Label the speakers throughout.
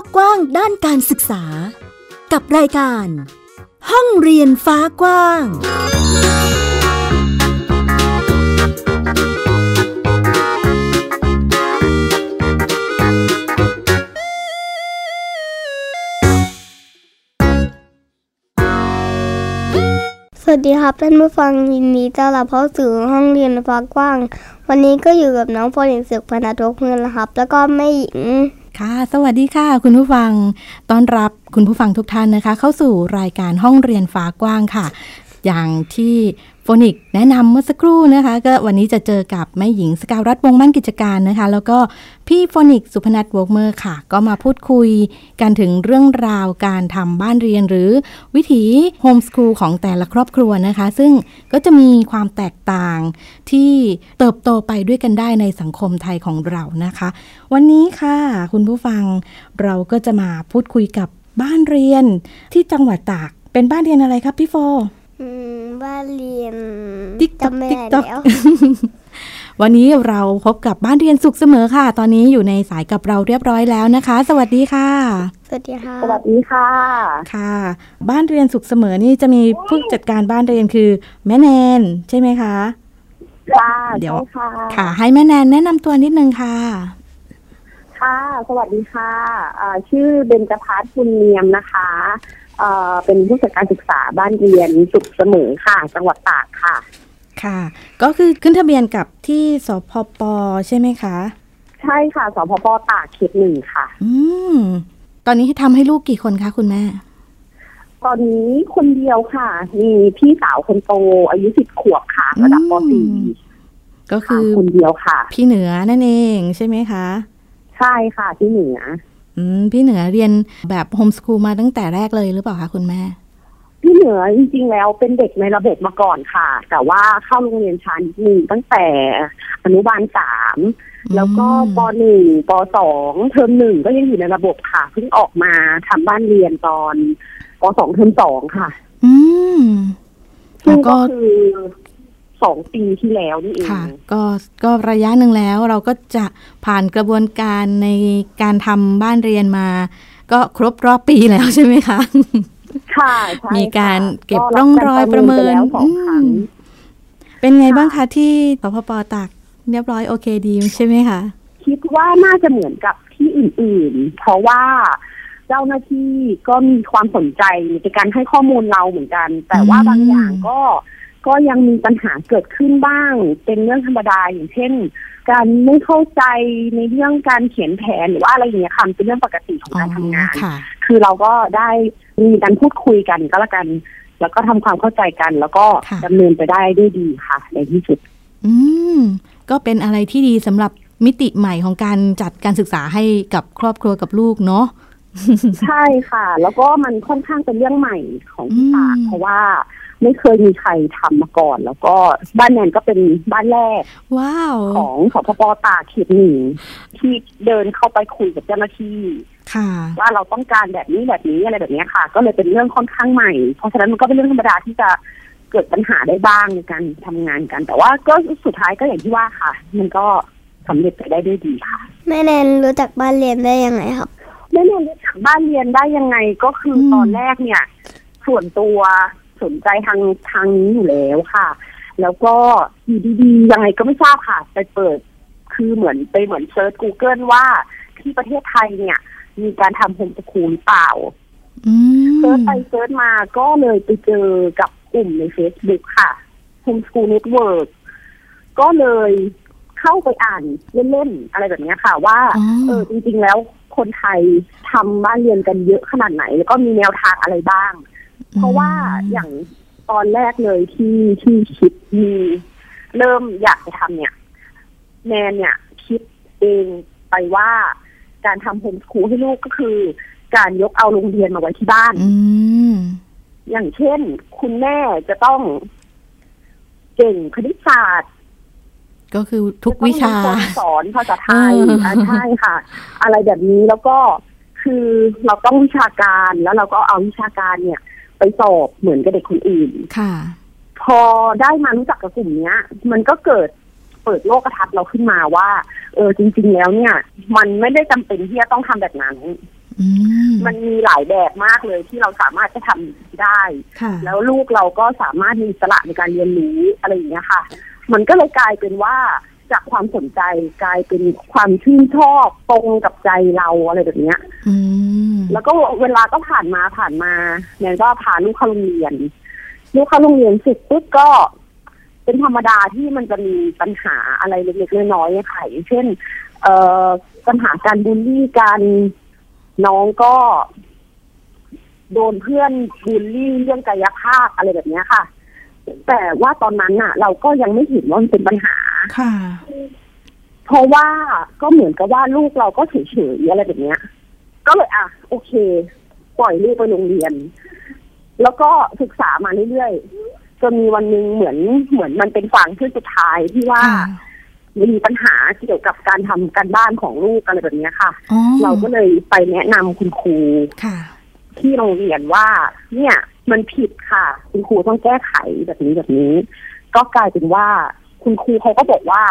Speaker 1: กกว้างด้านการศึกษา กับรายการ ห้องเรียนฟ้ากว้าง
Speaker 2: สวัสดีครับท่านผู้ฟังยินดีต้อนรับเข้าสู่ห้องเรียนฟ้ากว้าง วันนี้ก็อยู่กับน้องพลินศึกพนาทกเงินนะครับ แล้วก็แม่หญิง
Speaker 3: ค่ะ สวัสดีค่ะ คุณผู้ฟัง ต้อนรับคุณผู้ฟังทุกท่านนะคะ เข้าสู่รายการห้องเรียนฟ้ากว้างค่ะ อย่างที่โฟนิกแนะนำเมื่อสักครู่นะคะ ก็วันนี้จะเจอกับแม่หญิงสกาวรัฐวงศ์มั่นกิจการนะคะ แล้วก็พี่โฟนิกสุพนัทวงเมอร์ค่ะ ก็มาพูดคุยกันถึงเรื่องราวการทำบ้านเรียนหรือวิถีโฮมสคูลของแต่ละครอบครัวนะคะ ซึ่งก็จะมีความแตกต่างที่เติบโตไปด้วยกันได้ในสังคมไทยของเรานะคะ วันนี้ค่ะคุณผู้ฟังเราก็จะมาพูดคุยกับบ้านเรียนที่จังหวัดตาก เป็นบ้านเรียนอะไรครับพี่โฟ
Speaker 2: อืมบ้านเรียน
Speaker 3: TikTok
Speaker 2: จำไม่ได้
Speaker 3: TikTok
Speaker 2: แล้ว
Speaker 3: วันนี้เราพบกับบ้านเรียนสุขเสมอค่ะ ตอนนี้อยู่ในสายกับเราเรียบร้อยแล้วนะคะ สวัสดีค่ะ
Speaker 2: สวัสดีค่ะ
Speaker 4: สวัสดีค่ะ
Speaker 3: ค่ะ บ้านเรียนสุขเสมอนี่จะมีผู้จัดการบ้านเรียนคือ แม่แนนใช่ไหมคะ
Speaker 4: ค่ะ
Speaker 3: เดี๋ยว
Speaker 4: ใช่ค่ะ
Speaker 3: ค่ะ ให้แม่แนนแนะนำตัวนิดนึงค่ะ
Speaker 4: ค่ะ สวัสดีค่ะอ่าชื่อเบญจพัฒน์คุณเนียมนะคะเอ่อเป็นผู้จัดการศึกษาบ้านเรียนสุขเสมอค่ะ จังหวัดตากค่ะ
Speaker 3: ค่ะ ก็คือขึ้นทะเบียนกับที่สพปใช่ไหมคะ
Speaker 4: ใช่ค่ะ สพปตากเขตหนึ่งค่ะ
Speaker 3: อืม ตอนนี้ทำให้ลูกกี่คนคะคุณแม่
Speaker 4: ตอนนี้คนเดียวค่ะ มีพี่สาวคนโตอายุสิบขวบค่ะ ระดับป
Speaker 3: อืม
Speaker 4: สี่
Speaker 3: ก็
Speaker 4: ค่ะ
Speaker 3: คือ
Speaker 4: คนเดียวค่ะ
Speaker 3: พี่เหนือนั่นเองใช่ไหมคะ
Speaker 4: ใช่ค่ะที่เหนือ
Speaker 3: อืม พี่เหนือเรียนแบบโฮมสคูลมาตั้งแต่แรกเลยหรือเปล่าคะคุณแม่
Speaker 4: พี่เหนือจริงๆแล้วเป็นเด็กในระบบมาก่อนค่ะ แต่ว่าเข้าโรงเรียนชั้นหนึ่งตั้งแต่อนุบาลสาม แล้วก็ปหนึ่งปสองเทอมหนึ่งก็ยังอยู่ในระบบค่ะเพิ่งออกมาทำบ้านเรียนตอนปสองเทอมสองค่ะ
Speaker 3: อืม
Speaker 4: ซึ่
Speaker 3: แล้
Speaker 4: ง
Speaker 3: วก็
Speaker 4: ก็คือสองปีที่แล้วนี่เอง
Speaker 3: ค่ะ ก็ก็ระยะหนึ่งแล้วเราก็จะผ่านกระบวนการในการทำบ้านเรียนมา ก็ครบรอบปีแล้วใช่ไหมคะ
Speaker 4: ค่ะใช่ค่ะ
Speaker 3: มีการเก็บ
Speaker 4: บ
Speaker 3: ร่องรอยประเมิน
Speaker 4: การประเมินไปแล้วสองครั้ง
Speaker 3: อืม เป็นไงบ้างคะ
Speaker 4: ค่ะ
Speaker 3: ที่สพปตากเรียบร้อยโอเคดีใช่ไหมคะ
Speaker 4: คิดว่าน่าจะเหมือนกับที่อื่นๆ เพราะว่าเจ้าหน้าที่ก็มีความสนใจในการให้ข้อมูลเราเหมือนกัน แต่ว่า
Speaker 3: อืม
Speaker 4: บางอย่างก็ก็ยังมีปัญหาเกิดขึ้นบ้าง เป็นเรื่องธรรมดาอย่างเช่น การไม่เข้าใจในเรื่องการเขียนแผนหรือว่าอะไรอย่างเงี้ยค่ะมันเป็นเรื่องปกติของการทำงาน
Speaker 3: ค่ะ
Speaker 4: คือเราก็ได้มีการพูดคุยกันก็แล้วกัน แล้วก็ทำความเข้าใจกัน แล้วก็
Speaker 3: ค่ะ
Speaker 4: ดำเนินไปได้ด้วยดีค่ะ ในที่สุด
Speaker 3: อืม ก็เป็นอะไรที่ดีสำหรับมิติใหม่ของการจัดการศึกษาให้กับครอบครัวกับลูกเนาะ
Speaker 4: ใช่ค่ะ แล้วก็มันค่อนข้างเป็นเรื่องใหม่ของที่ตาก
Speaker 3: อืม
Speaker 4: เพราะว่าไม่เคยมีใครทำมาก่อน แล้วก็บ้านแนนก็เป็นบ้านแรก
Speaker 3: ว้าว
Speaker 4: ของสพปตากเขตหนึ่งที่เดินเข้าไปคุยกับเจ้าหน้าที่
Speaker 3: ค่ะ
Speaker 4: ว่าเราต้องการแบบนี้แบบนี้อะไรแบบเนี้ยค่ะ ก็เลยเป็นเรื่องค่อนข้างใหม่ เพราะฉะนั้นมันก็เป็นเรื่องธรรมดาที่จะเกิดปัญหาได้บ้างในการทำงานกัน แต่ว่าก็สุดท้ายก็อย่างที่ว่าค่ะ มันก็สำเร็จไปได้ด้วยดีค่ะ
Speaker 2: แม่แนนรู้จักบ้านเรียนได้ยังไงครับ
Speaker 4: แม่เรียนรู้จักบ้านเรียนได้ยังไงก็คืออ
Speaker 3: ม
Speaker 4: ตอนแรกเนี่ย ส่วนตัวสนใจทางทางนี้อยู่แล้วค่ะ แล้วก็อยู่ดีๆยังไงก็ไม่ทราบค่ะ ไปเปิด คือเหมือนไปเหมือนเซิร์ช Google ว่าที่ประเทศไทยเนี่ย มีการทำโฮมสคูลหรือเปล่า
Speaker 3: อืม
Speaker 4: เซิร์ชไปเซิร์ชมาก็เลยไปเจอกับกลุ่มใน Facebook ค่ะ Home School Network ก็เลยเข้าไปอ่านเล่นๆอะไรแบบเนี้ยค่ะว่า
Speaker 3: อ๋อ
Speaker 4: เออจริงๆแล้วคนไทยทำบ้านเรียนกันเยอะขนาดไหน แล้วก็มีแนวทางอะไรบ้าง เพราะว่าอย่างตอนแรกเลยที่ที่คิดมีเริ่มอยากจะทำเนี่ยแนนเนี่ย คิดเองไปว่าการทำโฮมสคูลให้ลูกก็คือ การยกเอาโรงเรียนมาไว้ที่บ้าน
Speaker 3: อืม
Speaker 4: อย่างเช่น คุณแม่จะต้องเก่งคณิตศาสตร์
Speaker 3: ก็คือทุกวิชา
Speaker 4: จะต้องมีคนสอนภาษาไทย
Speaker 3: เอออ่
Speaker 4: ะใช่ค่ะ อะไรแบบนี้แล้วก็คือเราต้องวิชาการแล้วเราก็เอาวิชาการเนี่ย ไปสอบเหมือนกับเด็กคนอื่น
Speaker 3: ค่ะ
Speaker 4: พอได้มารู้จักกับกลุ่มเนี้ย มันก็เกิดเปิดโลกทัศน์เราขึ้นมาว่า เออจริง ๆ แล้วเนี่ย มันไม่ได้จำเป็นที่จะต้องทำแบบนั้น
Speaker 3: อืม
Speaker 4: มันมีหลายแบบมากเลยที่เราสามารถจะทำได้
Speaker 3: ค่ะ
Speaker 4: แล้วลูกเราก็สามารถมีอิสระในการเรียนรู้อะไรอย่างเงี้ยค่ะ มันก็เลยกลายเป็นว่าจากความสนใจกลายเป็นความชื่นชอบตรงกับใจเราอะไรแบบเนี้ย
Speaker 3: อืม
Speaker 4: แล้วก็เวลาก็ผ่านมาผ่านมาแนนก็พาลูกเข้าโรงเรียน ลูกเข้าโรงเรียนเสร็จปุ๊บก็ เป็นธรรมดาที่มันจะมีปัญหาอะไรเล็กๆน้อยๆค่ะอย่างเช่น เอ่อปัญหาการบูลลี่กันน้องก็ โดนเพื่อนบูลลี่เรื่องกายภาพอะไรแบบเนี้ยค่ะ แต่ว่าตอนนั้นน่ะ เราก็ยังไม่เห็นว่ามันเป็นปัญหา
Speaker 3: ค่ะ
Speaker 4: เพราะว่าก็เหมือนกับว่าลูกเราก็เฉยๆอะไรแบบเนี้ย ก็เลยอ่ะ โอเค ปล่อยลูกไปโรงเรียน แล้วก็ศึกษามาเรื่อยๆจนมีวันหนึ่งเหมือนเหมือนมันเป็นฟางขึ้นสุดท้ายที่ว่า
Speaker 3: ค่ะ
Speaker 4: มีปัญหาเกี่ยวกับการทำการบ้านของลูกอะไรแบบเนี้ยค่ะ
Speaker 3: อ๋อ
Speaker 4: เราก็เลยไปแนะนำคุณครู
Speaker 3: ค่ะ
Speaker 4: ที่โรงเรียนว่า เนี่ย มันผิดค่ะ คุณครูต้องแก้ไขแบบนี้แบบนี้ ก็กลายเป็นว่า คุณครูเขาก็บอกว่า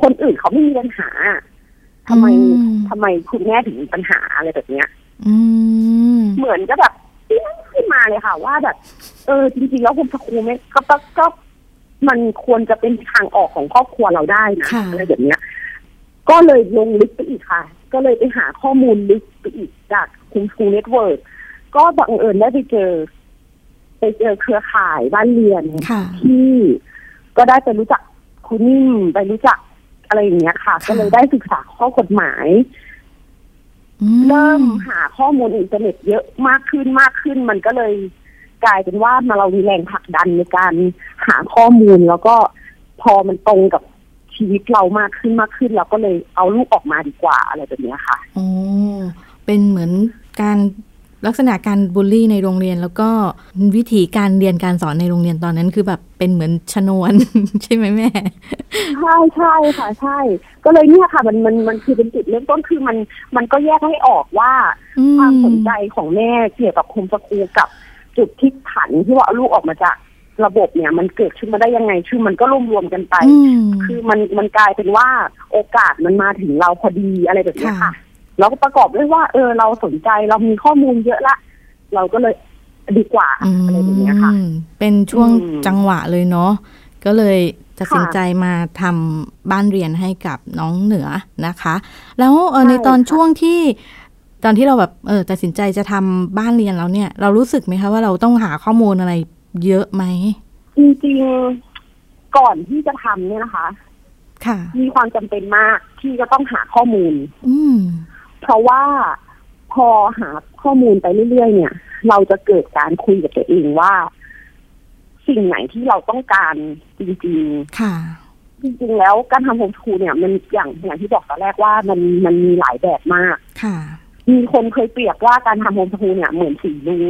Speaker 4: คนอื่นเขาไม่มีปัญหาทำไม
Speaker 3: อืม
Speaker 4: ทำไมคุณแม่ถึงมีปัญหาอะไรแบบเนี้ย
Speaker 3: อืม
Speaker 4: เหมือนจะแบบปิ๊งขึ้นมาเลยค่ะ ว่าแบบ เออ จริงๆ แล้วคุณครูไม่ก็ก็ก็มันควรจะเป็นทางออกของครอบครัวเราได้นะ
Speaker 3: ค่ะ
Speaker 4: อะไรแบบเนี้ย ก็เลยลงลึกไปอีกค่ะ ก็เลยไปหาข้อมูลลึกไปอีกจากคุณครูเน็ตเวิร์กก็บังเอิญได้ไปเจอ ไปเจอเครือข่ายบ้านเรียน
Speaker 3: ค่ะ
Speaker 4: ที่ก็ได้ไปรู้จักครูนิ่มไปรู้จักอะไรอย่างเงี้ยค่ะ ก็เลยได้ศึกษาข้อกฎหมาย
Speaker 3: อื
Speaker 4: เริ่มหาข้อมูลอินเทอร์เน็ตเยอะมากขึ้นมากขึ้น มันก็เลยกลายเป็นว่ามาเรามีแรงผลักดันในการหาข้อมูล แล้วก็พอมันตรงกับชีวิตเรามากขึ้นมากขึ้น เราก็เลยเอาลูกออกมาดีกว่าอะไรแบบเนี้ยค่ะ
Speaker 3: โอ้เป็นเหมือนการลักษณะการบูลลี่ในโรงเรียน แล้วก็วิธีการเรียนการสอนในโรงเรียนตอนนั้นคือแบบเป็นเหมือนชนวน ใช่ไหมแม่
Speaker 4: ใช่ใช่ค่ะ ใช่ ก็เลยเนี่ยค่ะ มันมันมันคือเป็นจุดเริ่มต้นคือมันมันก็แยกให้ออกว่า
Speaker 3: อื
Speaker 4: ความสนใจของแม่เกี่ยวกับคุมสกูกับจุดที่ผันที่ว่าเอาลูกออกมาจากระบบเนี่ย มันเกิดขึ้นมาได้ยังไงชื่อมันก็รวมรวมๆกันไป
Speaker 3: อืม
Speaker 4: คือมันมันกลายเป็นว่าโอกาสมันมาถึงเราพอดีอะไรแบบเนี้ย
Speaker 3: ค่ะ
Speaker 4: ค่ะ เราก็ประกอบด้วยว่า เออ เราสนใจเรามีข้อมูลเยอะละ เราก็เลยดีกว่าอะไรแบบเนี้ยค่ะ
Speaker 3: อืมเป็นช่วง
Speaker 4: อืม
Speaker 3: จังหวะเลยเนาะก็เลยตัดสิน
Speaker 4: ค่ะ
Speaker 3: ใจมาทำบ้านเรียนให้กับน้องเหนือนะคะ แล้วเอ่อ
Speaker 4: ใช่
Speaker 3: ในตอน
Speaker 4: ค่ะ
Speaker 3: ช่วงที่ ตอนที่เราแบบเออตัดสินใจจะทำบ้านเรียนแล้วเนี่ย เรารู้สึกไหมคะว่าเราต้องหาข้อมูลอะไรเยอะไหม
Speaker 4: จริงๆก่อนที่จะทำเนี่ยนะคะ
Speaker 3: ค่ะ
Speaker 4: มีความจำเป็นมากที่จะต้องหาข้อมูล
Speaker 3: อืม
Speaker 4: เพราะว่าพอหาข้อมูลไปเรื่อยๆเนี่ย เราจะเกิดการคุยกับตัวเองว่า สิ่งไหนที่เราต้องการจริงๆ
Speaker 3: ค่ะ
Speaker 4: จริงๆแล้วการทำโฮมสกูลเนี่ยมันอย่างอย่างที่บอกตอนแรกว่ามันมันมีหลายแบบมาก
Speaker 3: ค่ะ
Speaker 4: มีคนเคยเปรียบว่าการทำโฮมสกูลเนี่ยเหมือนสีลุ้ง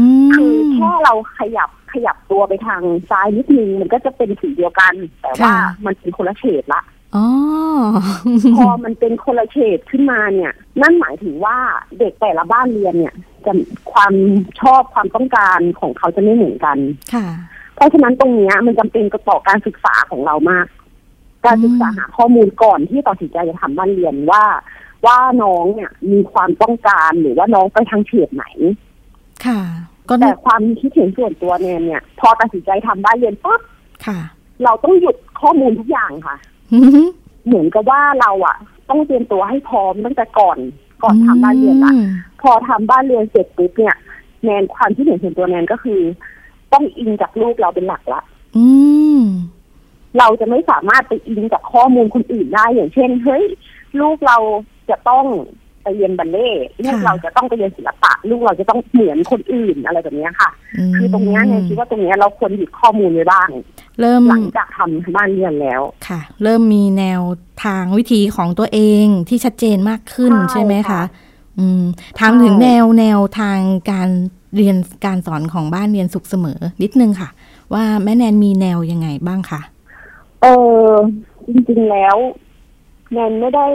Speaker 3: อืม
Speaker 4: คือแค่เราขยับขยับตัวไปทางซ้ายนิดนึงมันก็จะเป็นสีเดียวกัน แต่ว่ามันเป็นคนละเฉดละ
Speaker 3: อ๋อ
Speaker 4: พอมันเป็นคนละเฉดขึ้นมาเนี่ย นั่นหมายถึงว่าเด็กแต่ละบ้านเรียนเนี่ย จะความชอบความต้องการของเขาจะไม่เหมือนกัน
Speaker 3: ค่ะ
Speaker 4: เพราะฉะนั้นตรงเนี้ยมันจำเป็นกระต่อการศึกษาของเรามาก การศึกษา
Speaker 3: อืม
Speaker 4: หาข้อมูลก่อนที่ตัดสินใจจะทำบ้านเรียนว่า ว่าน้องเนี่ยมีความต้องการหรือว่าน้องไปทางเฉดไหน
Speaker 3: ค่ะ ก็
Speaker 4: แต่ความคิดเห็นส่วนตัวแนนเนี่ย พอตัดสินใจทำบ้านเรียนปั๊บ
Speaker 3: ค่ะ
Speaker 4: เราต้องหยุดข้อมูลทุกอย่างค่ะ
Speaker 3: อืม
Speaker 4: เหมือนกับว่าเราอะต้องเตรียมตัวให้พร้อมตั้งแต่ก่อนก่อนทำบ้านเรียนละพอทำบ้านเรียนเสร็จปุ๊บเนี่ยแนนความคิดเห็นส่วนตัวแนนก็คือ ต้องอิงจากลูกเราเป็นหลักละ
Speaker 3: อืม
Speaker 4: เราจะไม่สามารถไปอิงจากข้อมูลคนอื่นได้ อย่างเช่น เฮ้ย ลูกเราจะต้องไปเรียนบัลเล่ต์ลูกเราจะต้องไปเรียนศิลปะ ลูกเราจะต้องเหมือนคนอื่นอะไรแบบเนี้ยค่ะ
Speaker 3: ม
Speaker 4: คือตรงเนี้ยเนี่ยคิดว่าตรงเนี้ยเราควรหยุดข้อมูลไว้บ้าง
Speaker 3: เริ่ม
Speaker 4: หลังจากทำบ้านเรียนแล้ว
Speaker 3: ค่ะ เริ่มมีแนวทางวิธีของตัวเองที่ชัดเจนมากขึ้น
Speaker 4: ใช่
Speaker 3: ใช่ไหมคะ
Speaker 4: ค่ะ
Speaker 3: อืมถาม
Speaker 4: ใช่
Speaker 3: ถึงแนวแนวทางการเรียนการสอนของบ้านเรียนสุขเสมอนิดนึงค่ะ ว่าแม่แนนมีแนวยังไงบ้างคะ
Speaker 4: เออจริงๆแล้วแนนไม่ได้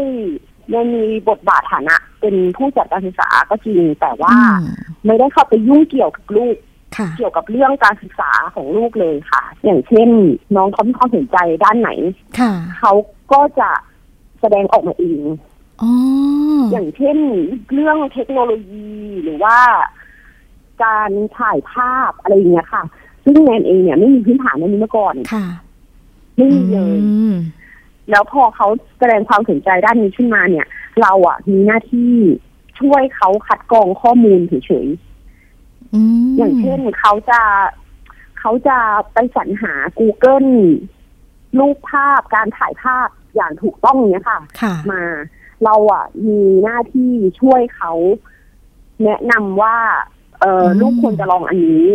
Speaker 4: แนนมีบทบาทฐานะ เป็นผู้จัดการศึกษาก็จริง แต่ว่า
Speaker 3: อืม
Speaker 4: ไม่ได้เข้าไปยุ่งเกี่ยวกับลูก
Speaker 3: ค่ะ
Speaker 4: เกี่ยวกับเรื่องการศึกษาของลูกเลยค่ะ อย่างเช่น น้องเขามีความสนใจด้านไหน
Speaker 3: ค่ะ
Speaker 4: เขาก็จะแสดงออกมาเอง
Speaker 3: อ๋อ
Speaker 4: อย่างเช่นเรื่องเทคโนโลยีหรือว่าการถ่ายภาพอะไรอย่างเงี้ยค่ะ ซึ่งแนนเองเนี่ยไม่มีพื้นฐานในนี้มาก่อน
Speaker 3: ค่ะ
Speaker 4: ไม่มีเลย
Speaker 3: อืม
Speaker 4: แล้วพอเขาแสดงความสนใจด้านนี้ขึ้นมาเนี่ย เราอะมีหน้าที่ช่วยเขาคัดกรองข้อมูลเฉย
Speaker 3: ม
Speaker 4: ๆอย่างเช่นเขาจะเขาจะไปสรรหา Google รูปภาพการถ่ายภาพอย่างถูกต้องเนี่ยค่ะ
Speaker 3: ค่ะ
Speaker 4: มาเราอ่ะ มีหน้าที่ช่วยเขาแนะนำว่า เอออ
Speaker 3: ม
Speaker 4: ลูกควรจะลองอันนี้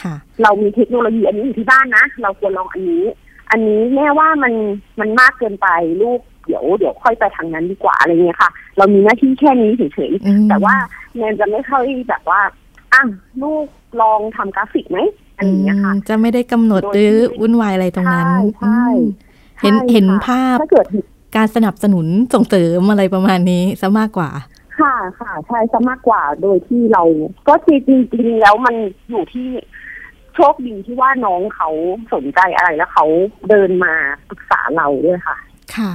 Speaker 3: ค่ะ
Speaker 4: เรามีเทคโนโลยีอันนี้อยู่ที่บ้านนะเราควรลองอันนี้ อันนี้แม่ว่ามันมันมากเกินไปลูกเดี๋ยวเดี๋ยวค่อยไปทางนั้นดีกว่าอะไรเงี้ยค่ะ เรามีหน้าที่แค่นี้เฉย
Speaker 3: อืม
Speaker 4: ๆแต่ว่าแนนจะไม่เข้าแบบว่าอ่ะลูกลองทำกราฟิกไหมอะไรเงี้ยค่ะ
Speaker 3: อืมจะไม่ได้กำหนดหรือวุ่นวายอะไรตรงนั้น
Speaker 4: ใช่
Speaker 3: อืม
Speaker 4: ใช่
Speaker 3: เห็น
Speaker 4: ใช่
Speaker 3: เห็น
Speaker 4: ค่ะ
Speaker 3: ภาพ
Speaker 4: ถ้าเกิด
Speaker 3: การสนับสนุนส่งเสริมอะไรประมาณนี้ซะมากกว่า
Speaker 4: ค่ะค่ะใช่ซะมากกว่าโดยที่เรา ก็จริงจริงๆแล้วมันอยู่ที่โชคดีที่ว่าน้องเขาสนใจอะไรแล้วเขาเดินมาปรึกษาเราด้วยค่ะ
Speaker 3: ค่ะ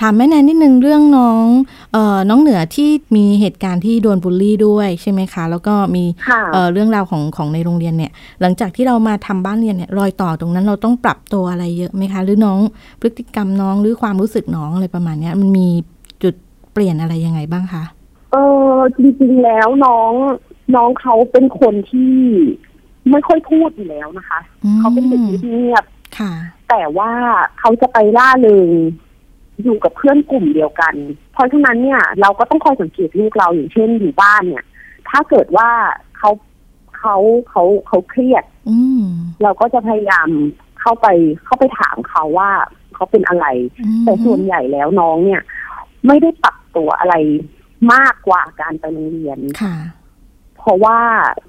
Speaker 3: ถามแม่แนนนิดนึงเรื่องน้องเอ่อน้องเหนือที่มีเหตุการณ์ที่โดนบูลลี่ด้วยใช่ไหมคะ แล้วก็มี
Speaker 4: ค่ะ
Speaker 3: เอ่อเรื่องราวของของในโรงเรียนเนี่ย หลังจากที่เรามาทำบ้านเรียนเนี่ยรอยต่อตรงนั้นเราต้องปรับตัวอะไรเยอะไหมคะ หรือน้องพฤติกรรมน้องหรือความรู้สึกน้องอะไรประมาณเนี้ยมันมีจุดเปลี่ยนอะไรยังไงบ้างคะ
Speaker 4: เออจริงๆแล้วน้องน้องเขาเป็นคนที่ไม่ค่อยพูดอยู่แล้วนะคะ
Speaker 3: อืม
Speaker 4: เขาเป็นเด็กเงียบ
Speaker 3: ค่ะ
Speaker 4: ๆแต่ว่าเขาจะไปล่าเริงอยู่กับเพื่อนกลุ่มเดียวกัน เพราะฉะนั้นเนี่ย เราก็ต้องคอยสังเกตลูกเราอย่างเช่นอยู่บ้านเนี่ย ถ้าเกิดว่าเขาเขาเขาเขาเครียด
Speaker 3: อืม
Speaker 4: เราก็จะพยายามเข้าไปเข้าไปถามเขาว่าเขาเป็นอะไร
Speaker 3: อืม
Speaker 4: แต่ส่วนใหญ่แล้วน้องเนี่ย ไม่ได้ปรับตัวอะไรมากกว่าการไปโรงเรียน
Speaker 3: ค่ะ
Speaker 4: เพราะว่า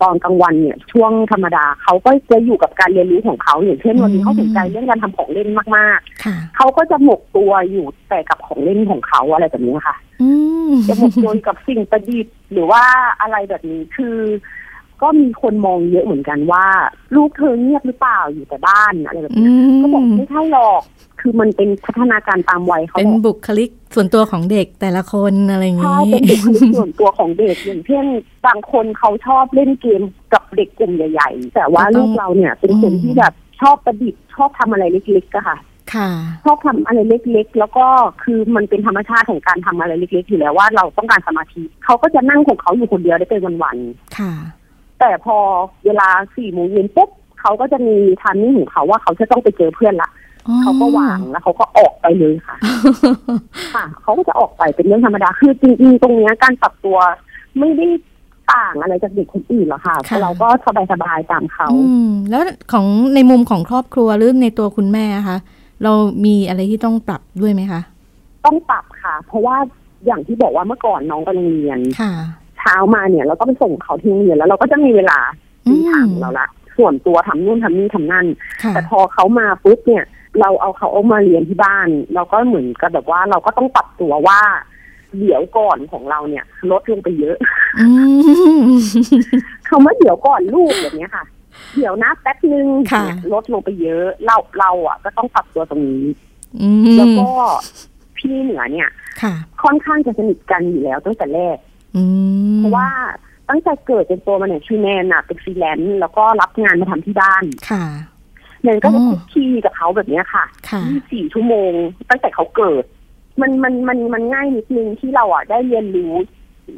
Speaker 4: ตอนกลางวันเนี่ย ช่วงธรรมดาเขาก็จะอยู่กับการเรียนรู้ของเขาอย่างเช่นวันนี้
Speaker 3: อืม
Speaker 4: เขาสนใจเรื่องการทำของเล่นมาก
Speaker 3: ค่ะ
Speaker 4: ๆเขาก็จะหมกตัวอยู่แต่กับของเล่นของเขาอะไรแบบนี้ค่ะ
Speaker 3: อืม
Speaker 4: จะหมกตัวอยู่กับสิ่งประดิษฐ์หรือว่าอะไรแบบนี้คือ ก็มีคนมองเยอะเหมือนกันว่า ลูกเธอเงียบหรือเปล่าอยู่แต่บ้านอะไรแบบ
Speaker 3: อื
Speaker 4: นี้
Speaker 3: ม
Speaker 4: ก็บอกไม่ใช่หรอก คือมันเป็นพัฒนาการตามวัยเขา
Speaker 3: เป็น
Speaker 4: แหละ
Speaker 3: บุคลิกส่วนตัวของเด็กแต่ละคนอะไรอย่าง
Speaker 4: ใช่
Speaker 3: นี้
Speaker 4: เป็นบุคลิกส่วนตัวของเด็กอย่างเช่นบางคนเขาชอบเล่นเกมกับเด็กกลุ่มใหญ่ ๆ แต่ว่า
Speaker 3: ก็ต้
Speaker 4: ลู
Speaker 3: อง
Speaker 4: กเราเนี่ย เป็นคน
Speaker 3: อืม
Speaker 4: ที่แบบชอบประดิษฐ์ชอบทำอะไรเล็กๆอะค่ะ
Speaker 3: ค่ะ
Speaker 4: ชอบทำอะไรเล็กๆ แล้วก็คือมันเป็นธรรมชาติของการทำอะไรเล็กๆอยู่แล้วว่าเราต้องการสมาธิเขาก็จะนั่งของเขาอยู่คนเดียวได้เป็นวัน
Speaker 3: ค่ะ
Speaker 4: ๆแต่พอเวลาสี่โมงเย็นปุ๊บเขาก็จะมีทามมิ่งของเขาว่าเขาจะต้องไปเจอเพื่อนละ
Speaker 3: อ๋อ
Speaker 4: เขาก็วางแล้วเขาก็ออกไปเลยค่ะ ค่ะเขาก็จะออกไปเป็นเรื่องธรรมดา คือจริงๆ ตรงเนี้ยการปรับตัวไม่ได้ต่างอะไรจากเด็กคนอื่นหรอกค่ะแต่เราก็สบายๆตามเขา
Speaker 3: อืมแล้วของในมุมของครอบครัวหรือในตัวคุณแม่อะคะเรามีอะไรที่ต้องปรับด้วยไหมคะ
Speaker 4: ต้องปรับค่ะ เพราะว่าอย่างที่บอกว่าเมื่อก่อนน้องไปโรงเรียน
Speaker 3: ค่ะ
Speaker 4: เช้ามาเนี่ยเราก็ไปส่งเขาที่โรงเรียนแล้วเราก็จะมีเวลา
Speaker 3: อื
Speaker 4: มีทาง
Speaker 3: ม
Speaker 4: เราละส่วนตัวทำนู่นทำนี่ทำนั่น
Speaker 3: ค่ะ
Speaker 4: แต่พอเขามาปุ๊บเนี่ย เราเอาเขาเอามาเรียนที่บ้าน เราก็เหมือนกับแบบว่าเราก็ต้องปรับตัวว่า เดี๋ยวก่อนของเราเนี่ยลดลงไปเยอะ
Speaker 3: อืม
Speaker 4: คำว่าเดี๋ยวก่อนลูกแบบเนี้ยค่ะ เดี๋ยวนะแป๊บนึง
Speaker 3: ค่ะ
Speaker 4: เนี่ยลดลงไปเยอะเราเราอ่ะ ก็ต้องปรับตัวตรงนี้
Speaker 3: อื
Speaker 4: แล้ว
Speaker 3: ม
Speaker 4: ก็พี่เหนือเนี่ย
Speaker 3: ค่ะ
Speaker 4: ค่อนข้างจะสนิทกันอยู่แล้วตั้งแต่แรก
Speaker 3: อืม
Speaker 4: เพราะว่าตั้งแต่เกิดจนโตมาเนี่ยชื่อแนนน่ะเป็นฟรีแลนซ์แล้วก็รับงานมาทำที่บ้าน
Speaker 3: ค่ะ
Speaker 4: แนนก็จะ
Speaker 3: อ๋อ
Speaker 4: คุกคีกับเขาแบบเนี้ยค่ะ
Speaker 3: ค่ะ
Speaker 4: 24ชั่วโมง ตั้งแต่เขาเกิด มันมันมันมันง่ายนิดนึงที่เราอ่ะได้เรียนรู้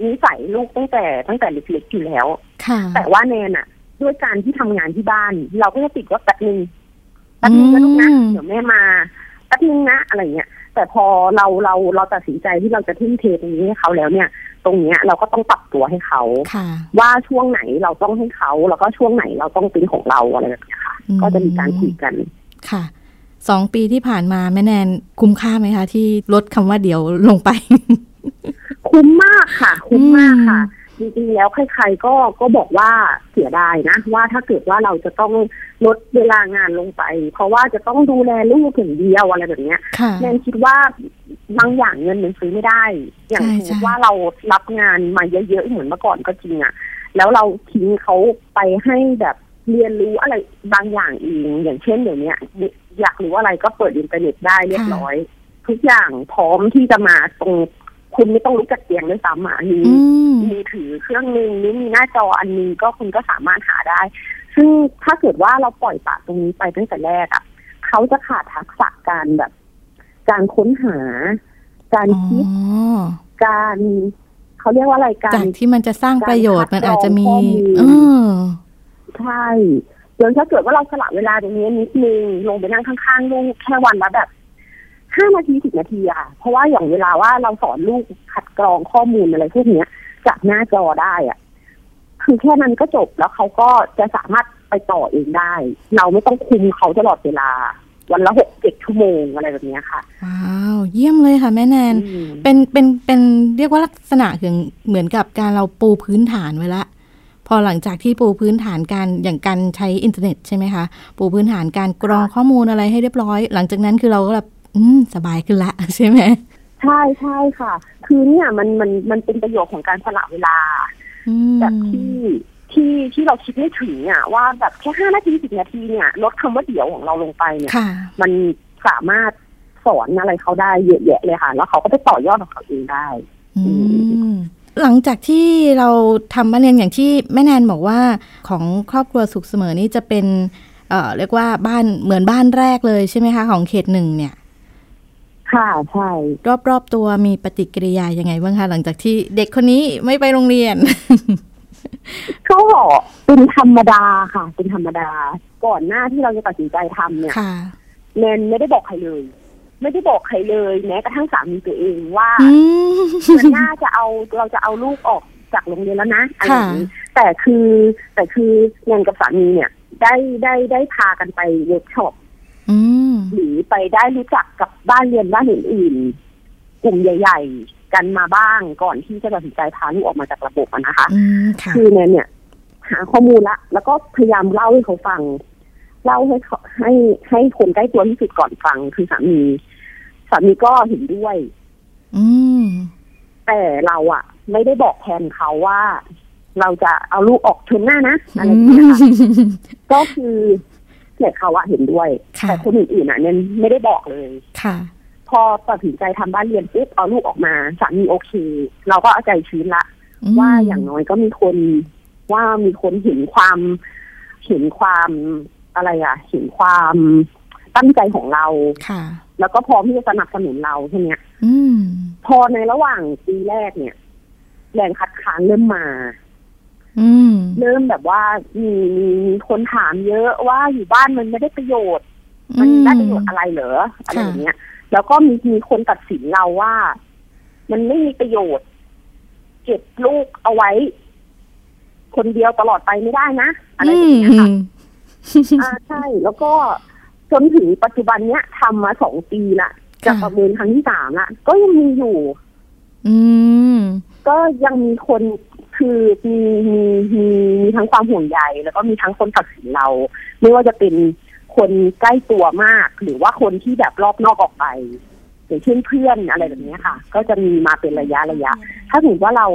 Speaker 4: นิสัยลูกตั้งแต่ตั้งแต่เล็กๆอยู่แล้ว
Speaker 3: ค่ะ
Speaker 4: แต่ว่าแนนอะด้วยการที่ทำงานที่บ้าน เราก็จะติดว่าแป๊บนึงแป๊บนึงนะลูกนะ
Speaker 3: อืม
Speaker 4: เดี๋ยวแม่มาแป๊บนึงนะอะไรเงี้ยแต่พอเราเราเราตัดสินใจที่เราจะทุ่มเทตรงนี้ให้เขาแล้วเนี่ย ตรงเนี้ยเราก็ต้องปรับตัวให้เขา
Speaker 3: ค่ะ
Speaker 4: ว่าช่วงไหนเราต้องให้เขาแล้วก็ช่วงไหนเราต้องเป็นของเราอะไรแบบเนี้ยค่ะ
Speaker 3: อื
Speaker 4: ก็จะมีการคุยกัน
Speaker 3: ค่ะ สองปีที่ผ่านมาแม่แนนคุ้มค่าไหมคะ ที่ลดคำว่าเดี๋ยวลงไป
Speaker 4: คุ้มมากค่ะ คุ้มมากค่ะ
Speaker 3: อืม
Speaker 4: จริงๆแล้วใครๆก็ก็บอกว่าเสียดายนะ ว่าถ้าเกิดว่าเราจะต้องลดเวลางานลงไป เพราะว่าจะต้องดูแลลูกอย่างเดียวอะไรแบบเนี้ย
Speaker 3: ค่ะ
Speaker 4: แนนคิดว่าบางอย่างเงินมันซื้อไม่ได้ อย่าง
Speaker 3: ใช่
Speaker 4: สมมติ
Speaker 3: ใช่
Speaker 4: ว่าเรารับงานมาเยอะๆเหมือนเมื่อก่อนก็จริงอะแล้วเราทิ้งเขาไปให้แบบเรียนรู้อะไรบางอย่างเองอย่างเช่นเดี๋ยวเนี้ยอยากรู้อะไรก็เปิดอินเทอร์เน็ตได้เรียบร้อย ทุกอย่างพร้อมที่จะมาตรง คุณไม่ต้องลุกจากเตียงด้วยซ้ำอ่ะมี
Speaker 3: อืม
Speaker 4: มือถือเครื่องหนึ่งหรือมีหน้าจออันหนึงก็คุณก็สามารถหาได้ ซึ่งถ้าเกิดว่าเราปล่อยปละตรงนี้ไปตั้งแต่แรกอ่ะเขาจะขาดทักษะการแบบ การค้นหา การ
Speaker 3: อ๋อ
Speaker 4: คิดการเขาเรียกว่าอะไรการ
Speaker 3: จากที่มันจะสร้างประโยชน์มันอาจจะมีเออ
Speaker 4: ใช่เดี๋ยวถ้าเกิดว่าเราสละเวลาตรงนี้นิดนึงลงไปนั่งข้างๆลูกแค่วันละแบบห้านาทีสิบนาทีอะเพราะว่าอย่างเวลาว่าเราสอนลูกคัดกรองข้อมูลอะไรพวกเนี้ย จากหน้าจอได้อะคือแค่นั้นก็จบแล้วเขาก็จะสามารถไปต่อเองได้ เราไม่ต้องคุมเขาตลอดเวลา วันละหกเจ็ดชั่วโมงอะไรแบบเนี้ยค่ะ
Speaker 3: ว้าวเยี่ยมเลยค่ะแม่แนน
Speaker 4: อืม
Speaker 3: เป็นเป็นเป็นเรียกว่าลักษณะถึงเหมือนกับการเราปูพื้นฐานไว้ละพอหลังจากที่ปูพื้นฐานการอย่างการใช้อินเทอร์เน็ตใช่ไหมคะปูพื้นฐานการกรองข้อมูลอะไรให้เรียบร้อย หลังจากนั้นคือเราก็แบบอืมสบายขึ้นละ ใช่ไหม
Speaker 4: ใช่ใช่ค่ะ คือเนี่ยมันมันมันเป็นประโยชน์ของการสละเวลา
Speaker 3: อืม
Speaker 4: แบบที่ที่ที่เราคิดไม่ถึงอ่ะว่าแบบแค่ห้านาทีสิบนาทีเนี่ย ลดคำว่าเดี๋ยวของเราลงไปเนี่ย
Speaker 3: ค่ะ
Speaker 4: มันสามารถสอนอะไรเขาได้เยอะแยะเลยค่ะ แล้วเขาก็ไปต่อยอดของเขาเองได้
Speaker 3: อืมหลังจากที่เราทำบ้านเรียนอย่างที่แม่แนนบอกว่าของครอบครัวสุขเสมอนี่จะเป็นเอ่อเรียกว่าบ้านเหมือนบ้านแรกเลยใช่ไหมคะของเขตหนึ่งเนี่ย
Speaker 4: ค่ะใช่
Speaker 3: รอบๆตัวมีปฏิกิริยายังไงบ้างคะหลังจากที่เด็กคนนี้ไม่ไปโรงเรี ยน
Speaker 4: ก็เป็นธรรมดาค่ะ เป็นธรรมดา ก่อนหน้าที่เราจะตัดสินใจทำเนี่ย
Speaker 3: ค่ะ
Speaker 4: แนนไม่ได้บอกใครเลย ไม่ได้บอกใครเลย แม้กระทั่งสามีตัวเองว่า
Speaker 3: อืม
Speaker 4: มันน่าจะเอาเราจะเอาลูกออกจากโรงเรียนแล้วนะอะไรอย่างนี้แต่คือแต่คือเงินกับสามีเนี่ย ได้ได้ได้พากันไปเวิร์กช็อป
Speaker 3: อืม
Speaker 4: หรือไปได้รู้จักกับบ้านเรียนบ้านอื่นๆกลุ่มใหญ่ ๆ กันมาบ้างก่อนที่จะตัดสินใจพาลูกออกมาจากระบบอะนะคะ
Speaker 3: อืม ค่ะ
Speaker 4: คือแนนเนี่ย หาข้อมูลละแล้วก็พยายามเล่าให้เขาฟัง เล่าให้เขาให้ให้คนใกล้ตัวที่สุดก่อนฟังคือสามีสามีก็เห็นด้วย
Speaker 3: อืม
Speaker 4: แต่เราอะไม่ได้บอกแทนเขาว่า เราจะเอาลูกออกเทอมหน้านะอะไรอย่างเงี้ยค่ะก็คือเนี่ยเขาอะเห็นด้วย
Speaker 3: ค่ะ
Speaker 4: แต่คนอื่นๆอะเนี่ยไม่ได้บอกเลย
Speaker 3: ค่ะ
Speaker 4: พอตัดสินใจทำบ้านเรียนปุ๊บเอาลูกออกมาสามีโอเค เราก็เอาใจชื้นละ ว่าอย่างน้อยก็มีคนว่ามีคนเห็นความ เห็นความอะไรอะเห็นความตั้งใจของเรา
Speaker 3: ค่ะ
Speaker 4: แล้วก็พร้อมที่จะสนับสนุนเราใช่ไหม
Speaker 3: อืม
Speaker 4: พอในระหว่างปีแรกเนี่ย แรงคัดค้านเริ่มมา
Speaker 3: อืม
Speaker 4: เริ่มแบบว่ามีมีมีคนถามเยอะว่าอยู่บ้านมันไม่ได้ประโยชน์ มันได้ประโยชน์อะไรเหรออะไรอย่างเงี้ย แล้วก็มีมีคนตัดสินเราว่า มันไม่มีประโยชน์ เก็บลูกเอาไว้ คนเดียวตลอดไปไม่ได้นะอะไรอย่างเงี้ยค่ะ อ่าใช่แล้วก็จนถึงปัจจุบันเนี้ยทำมาสองปีละจะ
Speaker 3: ค่ะ
Speaker 4: ประเมินครั้งที่สามละก็ยังมีอยู่
Speaker 3: อืม
Speaker 4: ก็ยังมีคนคือมีมีมีมีทั้งความห่วงใยแล้วก็มีทั้งคนตัดสินเรา ไม่ว่าจะเป็นคนใกล้ตัวมาก หรือว่าคนที่แบบรอบนอกออกไปอย่างเช่นเพื่อนอะไรแบบเนี้ยค่ะ ก็จะมีมาเป็นระยะระยะ ถ้าถือว่าเรา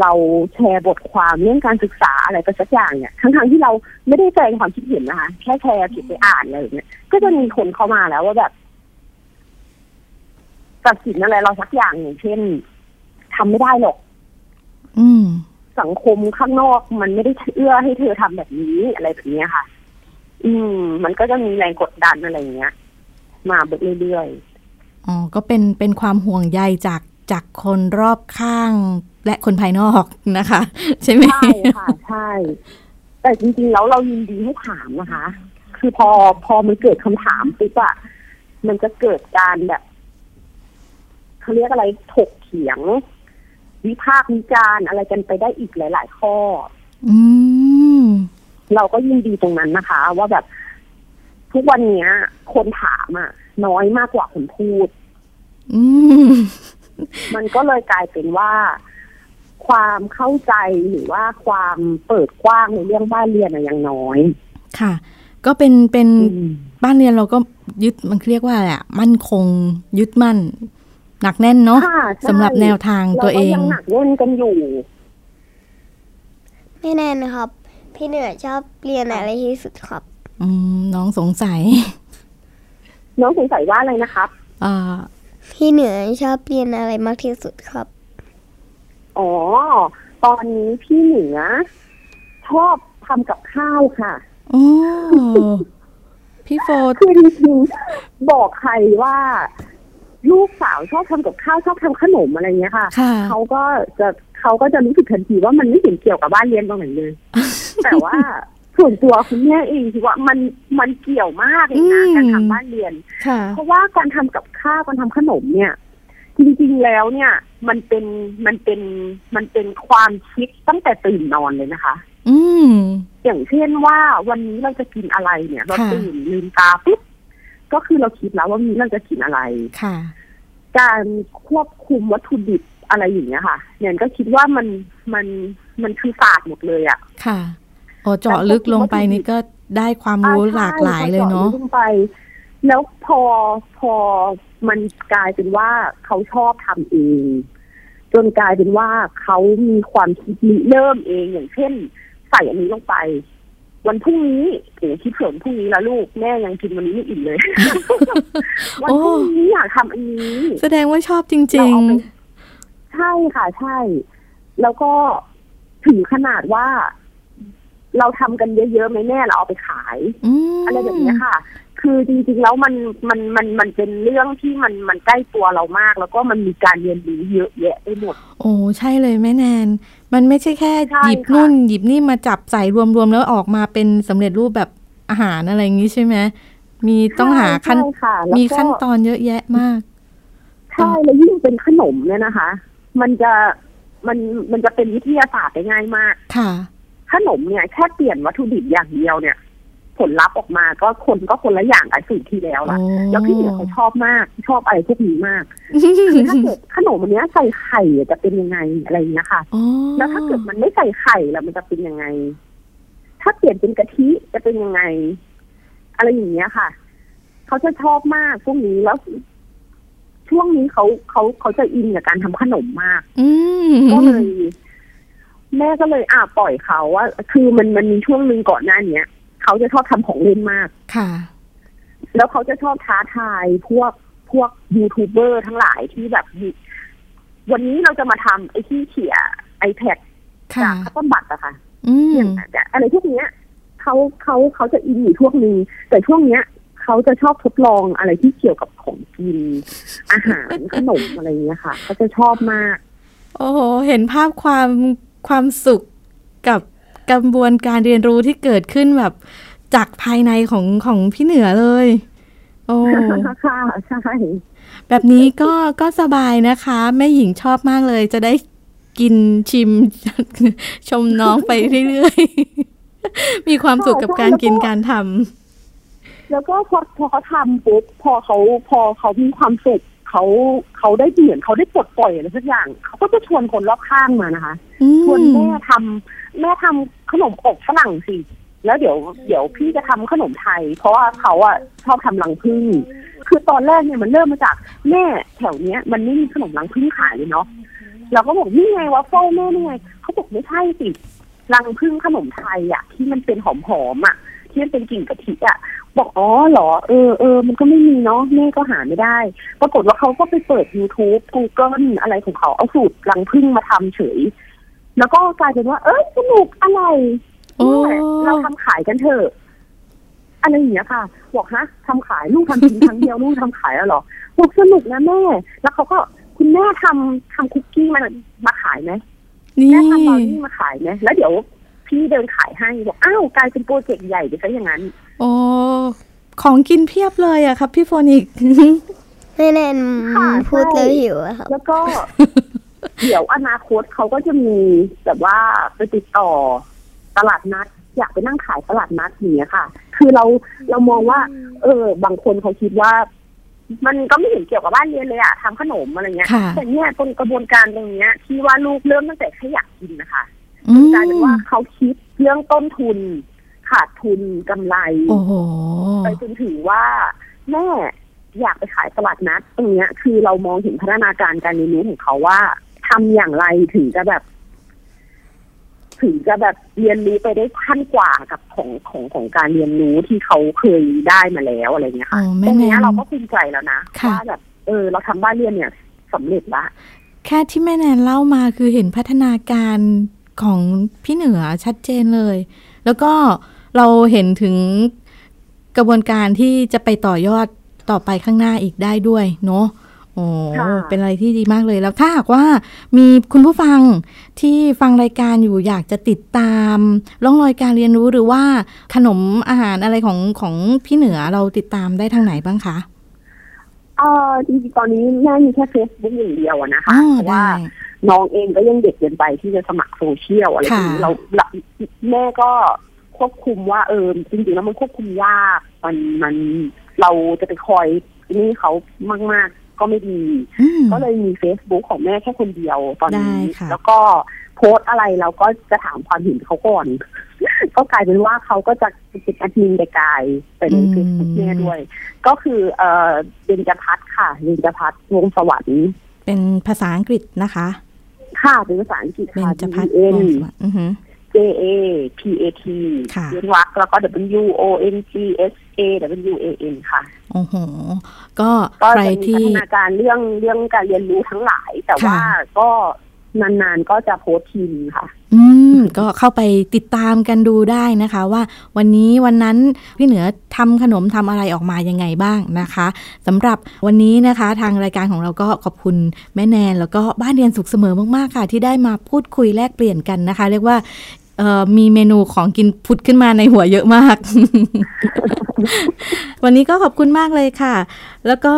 Speaker 4: เราแชร์บทความเรื่องการศึกษาอะไรไปสักอย่างเนี่ยทั้งๆที่เราไม่ได้แสดงความคิดเห็นนะคะแค่แชร์เก็บไปอ่านอะไรอย่างเงี้ยก็จะมีคนเข้ามาแล้วว่าแบบ ตัดสินอะไรเราสักอย่างอย่างเช่นทำไม่ได้หรอก
Speaker 3: อืม
Speaker 4: สังคมข้างนอกมันไม่ได้เอื้อให้เธอทำแบบนี้อะไรแบบเนี้ยค่ะ อืม มันก็จะมีแรงกดดันอะไรอย่างเงี้ย มาเรื่อย
Speaker 3: อ๋อ ก็เป็น เป็นความห่วงใยจาก จากคนรอบข้าง และคนภายนอกนะคะ ใช่ไหม
Speaker 4: ๆ ใช่ค่ะใช่ แต่จริงๆแล้วเรายินดีให้ถามนะคะ คือพอพอมันเกิดคำถามปุ๊บอะมันจะเกิดการแบบเขาเรียกอะไรถกเถียง วิพากษ์วิจารณ์อะไรกันไปได้อีกหลาย ๆ ข้อ
Speaker 3: อืม
Speaker 4: เราก็ยินดีตรงนั้นนะคะ ว่าแบบทุกวันเนี้ย คนถามอะน้อยมากกว่าคนพูด
Speaker 3: อืม
Speaker 4: มันก็เลยกลายเป็นว่า ความเข้าใจหรือว่าความเปิดกว้างในเรื่องบ้านเรียนอะยังน้อย
Speaker 3: ค่ะ ก็เป็น เป็น
Speaker 4: อืม
Speaker 3: บ้านเรียนเราก็ยึดมันเรียกว่าอะไรอะมั่นคงยึดมั่น หนักแน่นเนาะ
Speaker 4: ค่ะใช่
Speaker 3: สำหรับแนวทางตัวเอง
Speaker 4: ราก็ยังหนักแน่นกันอยู่
Speaker 2: ไม่แน่นะครับ พี่เหนือชอบเรียนอะไรที่สุดครับ
Speaker 3: อืมน้องสงสัย
Speaker 4: น้องสงสัยว่าอะไรนะครับ
Speaker 3: เอ่อ
Speaker 2: พี่เหนือชอบเรียนอะไรมากที่สุดครับ
Speaker 4: อ๋อ ตอนนี้พี่เหนือชอบทำกับข้าวค่ะ
Speaker 3: โอ้ พี่โฟร์
Speaker 4: คือจริงๆบอกใครว่า ลูกสาวชอบทำกับข้าวชอบทำขนมอะไรเงี้ยค่ะ
Speaker 3: ค่ะ
Speaker 4: เขาก็จะเขาก็จะรู้สึกทันทีว่ามันไม่เห็นเกี่ยวกับบ้านเรียนตรงไหนเลย แต่ว่าส่วนตัวคุณแม่เองคิดว่ามันมันเกี่ยวมากเลยนะ
Speaker 3: อืม
Speaker 4: การทำบ้านเรียน
Speaker 3: ค่ะ
Speaker 4: เพราะว่าการทำกับข้าวการทำขนมเนี่ย จริงๆแล้วเนี่ย มันเป็นมันเป็นมันเป็นความคิดตั้งแต่ตื่นนอนเลยนะคะ
Speaker 3: อืม
Speaker 4: อย่างเช่นว่าวันนี้เราจะกินอะไรเนี่ย เรา
Speaker 3: ค่ะ
Speaker 4: ตื่นลืมตาปุ๊บก็คือเราคิดแล้วว่าวันนี้เราจะกินอะไร
Speaker 3: ค่ะ
Speaker 4: การควบคุมวัตถุดิบอะไรอย่างเงี้ยค่ะเนี่ยก็คิดว่ามันมันมันคือศาสตร์หมดเลยอะ
Speaker 3: ค่ะโอ้เจาะลึกลงไปนี่ก็ได้ความรู้หลากหลายเลยเนาะ
Speaker 4: อ่ใช่พอจอดลงไป แล้วพอพอมันกลายเป็นว่าเขาชอบทำเอง จนกลายเป็นว่าเขามีความคิดริเริ่มเองอย่างเช่น ใส่อันนี้ลงไป วันพรุ่งนี้โอ้คิดเผื่อวันพรุ่งนี้ละลูกแม่ยังกินวันนี้ไม่อิ่มเลย วันพรุ่งนี้อยากทำอันนี้
Speaker 3: แสดงว่าชอบจริง
Speaker 4: เราเอาไปใช่ค่ะใช่ แล้วก็ถึงขนาดว่า เราทำกันเยอะๆไหมแม่เราเอาไปขาย
Speaker 3: ๆ อืม
Speaker 4: อะไรแบบเนี้ยค่ะ คือจริงๆแล้วมันมันมันมันเป็นเรื่องที่มันมันใกล้ตัวเรามาก แล้วก็มันมีการเรียนรู้เยอะแยะไปหมด
Speaker 3: โอ้ใช่เลยแม่แนน มันไม่ใช่แค่
Speaker 4: ใช่
Speaker 3: หยิบ
Speaker 4: ค่ะ
Speaker 3: นู่นหยิบนี่มาจับใส่รวมๆ แล้วออกมาเป็นสำเร็จรูปแบบอาหารอะไรอย่างนี้ใช่ไหมมีต้องหาขั้น
Speaker 4: ใช่ค่ะแล้วก็
Speaker 3: มีขั้นตอนเยอะแยะมาก
Speaker 4: ใช่แล้วยิ่งเป็นขนมเนี่ยนะคะ มันจะมันมันจะเป็นวิทยาศาสตร์ได้ง่ายมาก
Speaker 3: ค่ะ
Speaker 4: ขนมเนี่ยแค่เปลี่ยนวัตถุดิบอย่างเดียวเนี่ย ผลลัพธ์ออกมาก็คนก็คนละอย่างกับสูตรที่แล้วละ
Speaker 3: โอ้
Speaker 4: แล้วพี่เหนือเขาชอบมาก ชอบอะไรพวกนี้มากคือถ้า เกิดขนมอันเนี้ยใส่ไข่จะเป็นยังไงอะไรอย่างเงี้ยค่ะ
Speaker 3: อ๋อ
Speaker 4: แล้วถ้าเกิดมันไม่ใส่ไข่แล้วมันจะเป็นยังไง ถ้าเปลี่ยนเป็นกะทิจะเป็นยังไง อะไรอย่างเงี้ยค่ะ เขาจะชอบมากพวกนี้แล้ว ช่วงนี้เขาเขาเขาจะอินกับการทำขนมมาก
Speaker 3: อืม
Speaker 4: ก็เลย แม่ก็เลยอ่าปล่อยเขาว่าคือมันมันมีช่วงหนึ่งก่อนหน้าเนี้ยเขาจะชอบทำของเล่นมาก
Speaker 3: ค่ะ
Speaker 4: แล้วเขาจะชอบท้าทายพวกพวกยูทูบเบอร์ทั้งหลายที่แบบมีวันนี้เราจะมาทำไอ้ที่เขี่ยไอแพด
Speaker 3: ค่ะ
Speaker 4: จากข้าวต้มบัตรอะค่ะ
Speaker 3: อืม
Speaker 4: อย่างนั้นอะอะไรพวกเนี้ยเขาเขาเขาจะอินอยู่ช่วงหนึ่งแต่ช่วงเนี้ยเขาจะชอบทดลองอะไรที่เกี่ยวกับของกิน อาหารขนมอะไรอย่างเงี้ยค่ะเขาจะชอบมาก
Speaker 3: โอ้โห เห็นภาพความความสุขกับกระบวนการเรียนรู้ที่เกิดขึ้นแบบจากภายในของของพี่เหนือเลย โอ้
Speaker 4: ค่ะใช่
Speaker 3: แบบนี้ก็ก็สบายนะคะแม่หญิงชอบมากเลย จะได้กินชิม ชมน้องไปเรื่อยๆ มีความสุขกับการกินการท
Speaker 4: แล้วก็พอพอเขาทำปุ๊บพอเขาพอเขามีความสุขเขาเขาได้เหมือนเขาได้ปลดปล่อยอะไรสักอย่างเขาก็จะชวนคนรอบข้างมานะคะ
Speaker 3: ำอืม
Speaker 4: ชวนแม่ทำแม่ทำขนมอบฝรั่งสิ แล้วเดี๋ยวเดี๋ยวพี่จะทำขนมไทย เพราะว่าเขาอะชอบทำรังผึ้งคือตอนแรกเนี่ยมันเริ่มมาจากแม่แถวเนี้ย มันไม่มีขนมรังผึ้งขายเลยเนาะเราก็บอกนี่ไงวะเฟิลแม่นี่ไงเขาบอกไม่ใช่สิรังผึ้งขนมไทยอะที่มันเป็นหอมหอมๆอะที่มันเป็นกลิ่นกะทิอะบอกอ๋อเหรอเออเออมันก็ไม่มีเนาะแม่ก็หาไม่ได้ ปรากฏว่าเขาก็ไปเปิด YouTube Google อะไรของเขาเอาสูตรรังผึ้งมาทำเฉย แล้วก็กลายเป็นว่า เอ้ยสนุกอะไรอย
Speaker 3: โอ้
Speaker 4: เนี่ยเราทำขายกันเถอะอะไรอย่างเงี้ยค่ะ บอกฮะทำขายลูกทำกินครั้งเดียวลูกทำขายแล้วเหรอบอกสนุกนะแม่ แล้วเขาก็คุณแม่ทำทำคุกกี้มามาขายไหม
Speaker 3: นี่
Speaker 4: แม่ทำบราวนี่มาขายไหมแล้วเดี๋ยวพี่เดินขายให้บอกอ้าวกลายเป็นโปรเจกต์ใหญ่ไปซะอย่างนั้น
Speaker 3: โอ้ของกินเพียบเลยอะครับ พี่โฟนิก
Speaker 2: ไม่แน่น
Speaker 4: ค่ะ
Speaker 2: พูด
Speaker 4: ใช่
Speaker 2: แล้วหิวอะครับ
Speaker 4: แล้ว ก็ เดี๋ยวอนาคตเขาก็จะมีแบบว่าไปติดต่อตลาดนัด อยากไปนั่งขายตลาดนัดอย่างเนี้ยค่ะ คือเราเรามองว่า เออ บางคนเขาคิดว่า มันก็ไม่เห็นเกี่ยวกับบ้านเรียนเลยอะทำขนมอะไรเงี้ย
Speaker 3: ค่ะ
Speaker 4: แต่เนี่ยตรงกระบวนการตรงเนี้ย ที่ว่าลูกเริ่มตั้งแต่แค่อยากกินนะคะ
Speaker 3: อืม
Speaker 4: กลายเป็นว่าเขาคิดเรื่องต้นทุน ขาดทุนกำไร
Speaker 3: โอ้โห
Speaker 4: ไปจนถึงว่าแม่อยากไปขายตลาดนัดตรงเนี้ย คือเรามองเห็นพัฒนาการการเรียนรู้ของเขาว่าทำอย่างไรถึงจะแบบ ถึงจะแบบเรียนรู้ไปได้ขั้นกว่ากับของของของการเรียนรู้ที่เขาเคยได้มาแล้วอะไรเงี้ยค่ะ
Speaker 3: อ๋อแม่
Speaker 4: ตรงเนี้ย
Speaker 3: แนน
Speaker 4: เราก็ภูมิใจแล้วนะ
Speaker 3: ค่ะ
Speaker 4: ว่าแบบ เออ เราทำบ้านเรียนเนี่ยสำเร็จละ
Speaker 3: แค่ที่แม่แนนเล่ามาคือเห็นพัฒนาการของพี่เหนือชัดเจนเลย แล้วก็เราเห็นถึงกระบวนการที่จะไปต่อยอดต่อไปข้างหน้าอีกได้ด้วยเนาะโอ้
Speaker 4: ค่ะ
Speaker 3: เป็นอะไรที่ดีมากเลยแล้วถ้าหากว่ามีคุณผู้ฟังที่ฟังรายการอยู่อยากจะติดตามร่องรอยการเรียนรู้หรือว่าขนมอาหารอะไรของของพี่เหนือเราติดตามได้ทางไหนบ้างคะ
Speaker 4: เออจริงๆตอนนี้แม่มีแค่เฟซบุ๊กอย่างเดียวอะนะคะ
Speaker 3: อ๋อ
Speaker 4: เพราะว่า
Speaker 3: ได้
Speaker 4: น้องเองก็ยังเด็กเกินไปที่จะสมัครโซเชียลอะไรอย่างนี้
Speaker 3: ค่ะ
Speaker 4: เราเราแม่ก็ควบคุมว่าเออจริงๆแล้วมันควบคุมยากมันมันเราจะไปคอยนี่เขามาก ๆ ก็ไม่ดี
Speaker 3: อืม
Speaker 4: ก็เลยมี Facebook ของแม่แค่คนเดียวตอนนี้
Speaker 3: ได้ค่ะ
Speaker 4: แล้วก็โพสต์อะไรเราก็จะถามความเห็นเขาก่อน ก็กลายเป็นว่าเขาก็จะเป็นแอดมินไกลๆไปในเฟซบุ๊กแม่ด้วย ก็คือเอ่อเบญจพัฒน์ค่ะเบญจพัฒน์วงศ์สวรรค์
Speaker 3: เป็นภาษาอังกฤษนะคะ
Speaker 4: ค่ะเป็นภาษาอังกฤษ
Speaker 3: เบน
Speaker 4: ค่ะ
Speaker 3: จพัฒน์
Speaker 4: B E
Speaker 3: ว
Speaker 4: N
Speaker 3: งศ์สวัสดิ์อือหือ
Speaker 4: J A P A T
Speaker 3: ค่ะ
Speaker 4: เว้นวรรคแล้วก็ W O N G S A W A N ค่ะ
Speaker 3: โอ้โห ก็
Speaker 4: ก็
Speaker 3: ใคร
Speaker 4: จะมีพั
Speaker 3: ที่
Speaker 4: ฒนาการเรื่องเรื่องการเรียนรู้ทั้งหลาย แต่
Speaker 3: ค่ะ
Speaker 4: ว่าก็นานๆก็จะโพสต์ทีนึงค่ะ
Speaker 3: อืม ก็เข้าไปติดตามกันดูได้นะคะ ว่าวันนี้วันนั้นพี่เหนือทำขนมทำอะไรออกมายังไงบ้างนะคะสำหรับวันนี้นะคะ ทางรายการของเราก็ขอบคุณแม่แนน แล้วก็บ้านเรียนสุขเสมอมากๆค่ะ ที่ได้มาพูดคุยแลกเปลี่ยนกันนะคะ เรียกว่าเอ่อมีเมนูของกินพุดขึ้นมาในหัวเยอะมาก วันนี้ก็ขอบคุณมากเลยค่ะ แล้วก็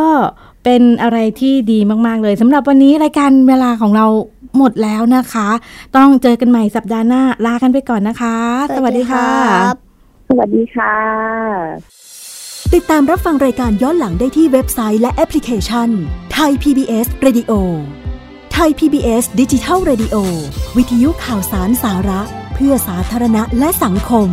Speaker 3: เป็นอะไรที่ดีมากๆเลยสำหรับวันนี้รายการเวลาของเราหมดแล้วนะคะ ต้องเจอกันใหม่สัปดาห์หน้าลากันไปก่อนนะคะ สวัสดีค่ะ
Speaker 2: รับ
Speaker 4: สวัสดีค่ะ
Speaker 1: ติดตามรับฟังรายการย้อนหลังได้ที่เว็บไซต์และแอปพลิเคชันไทย PBS Radio ไทย PBS ดิจิทัล Radio วิทยุข่าวสารสาระ เพื่อสาธารณะและสังคม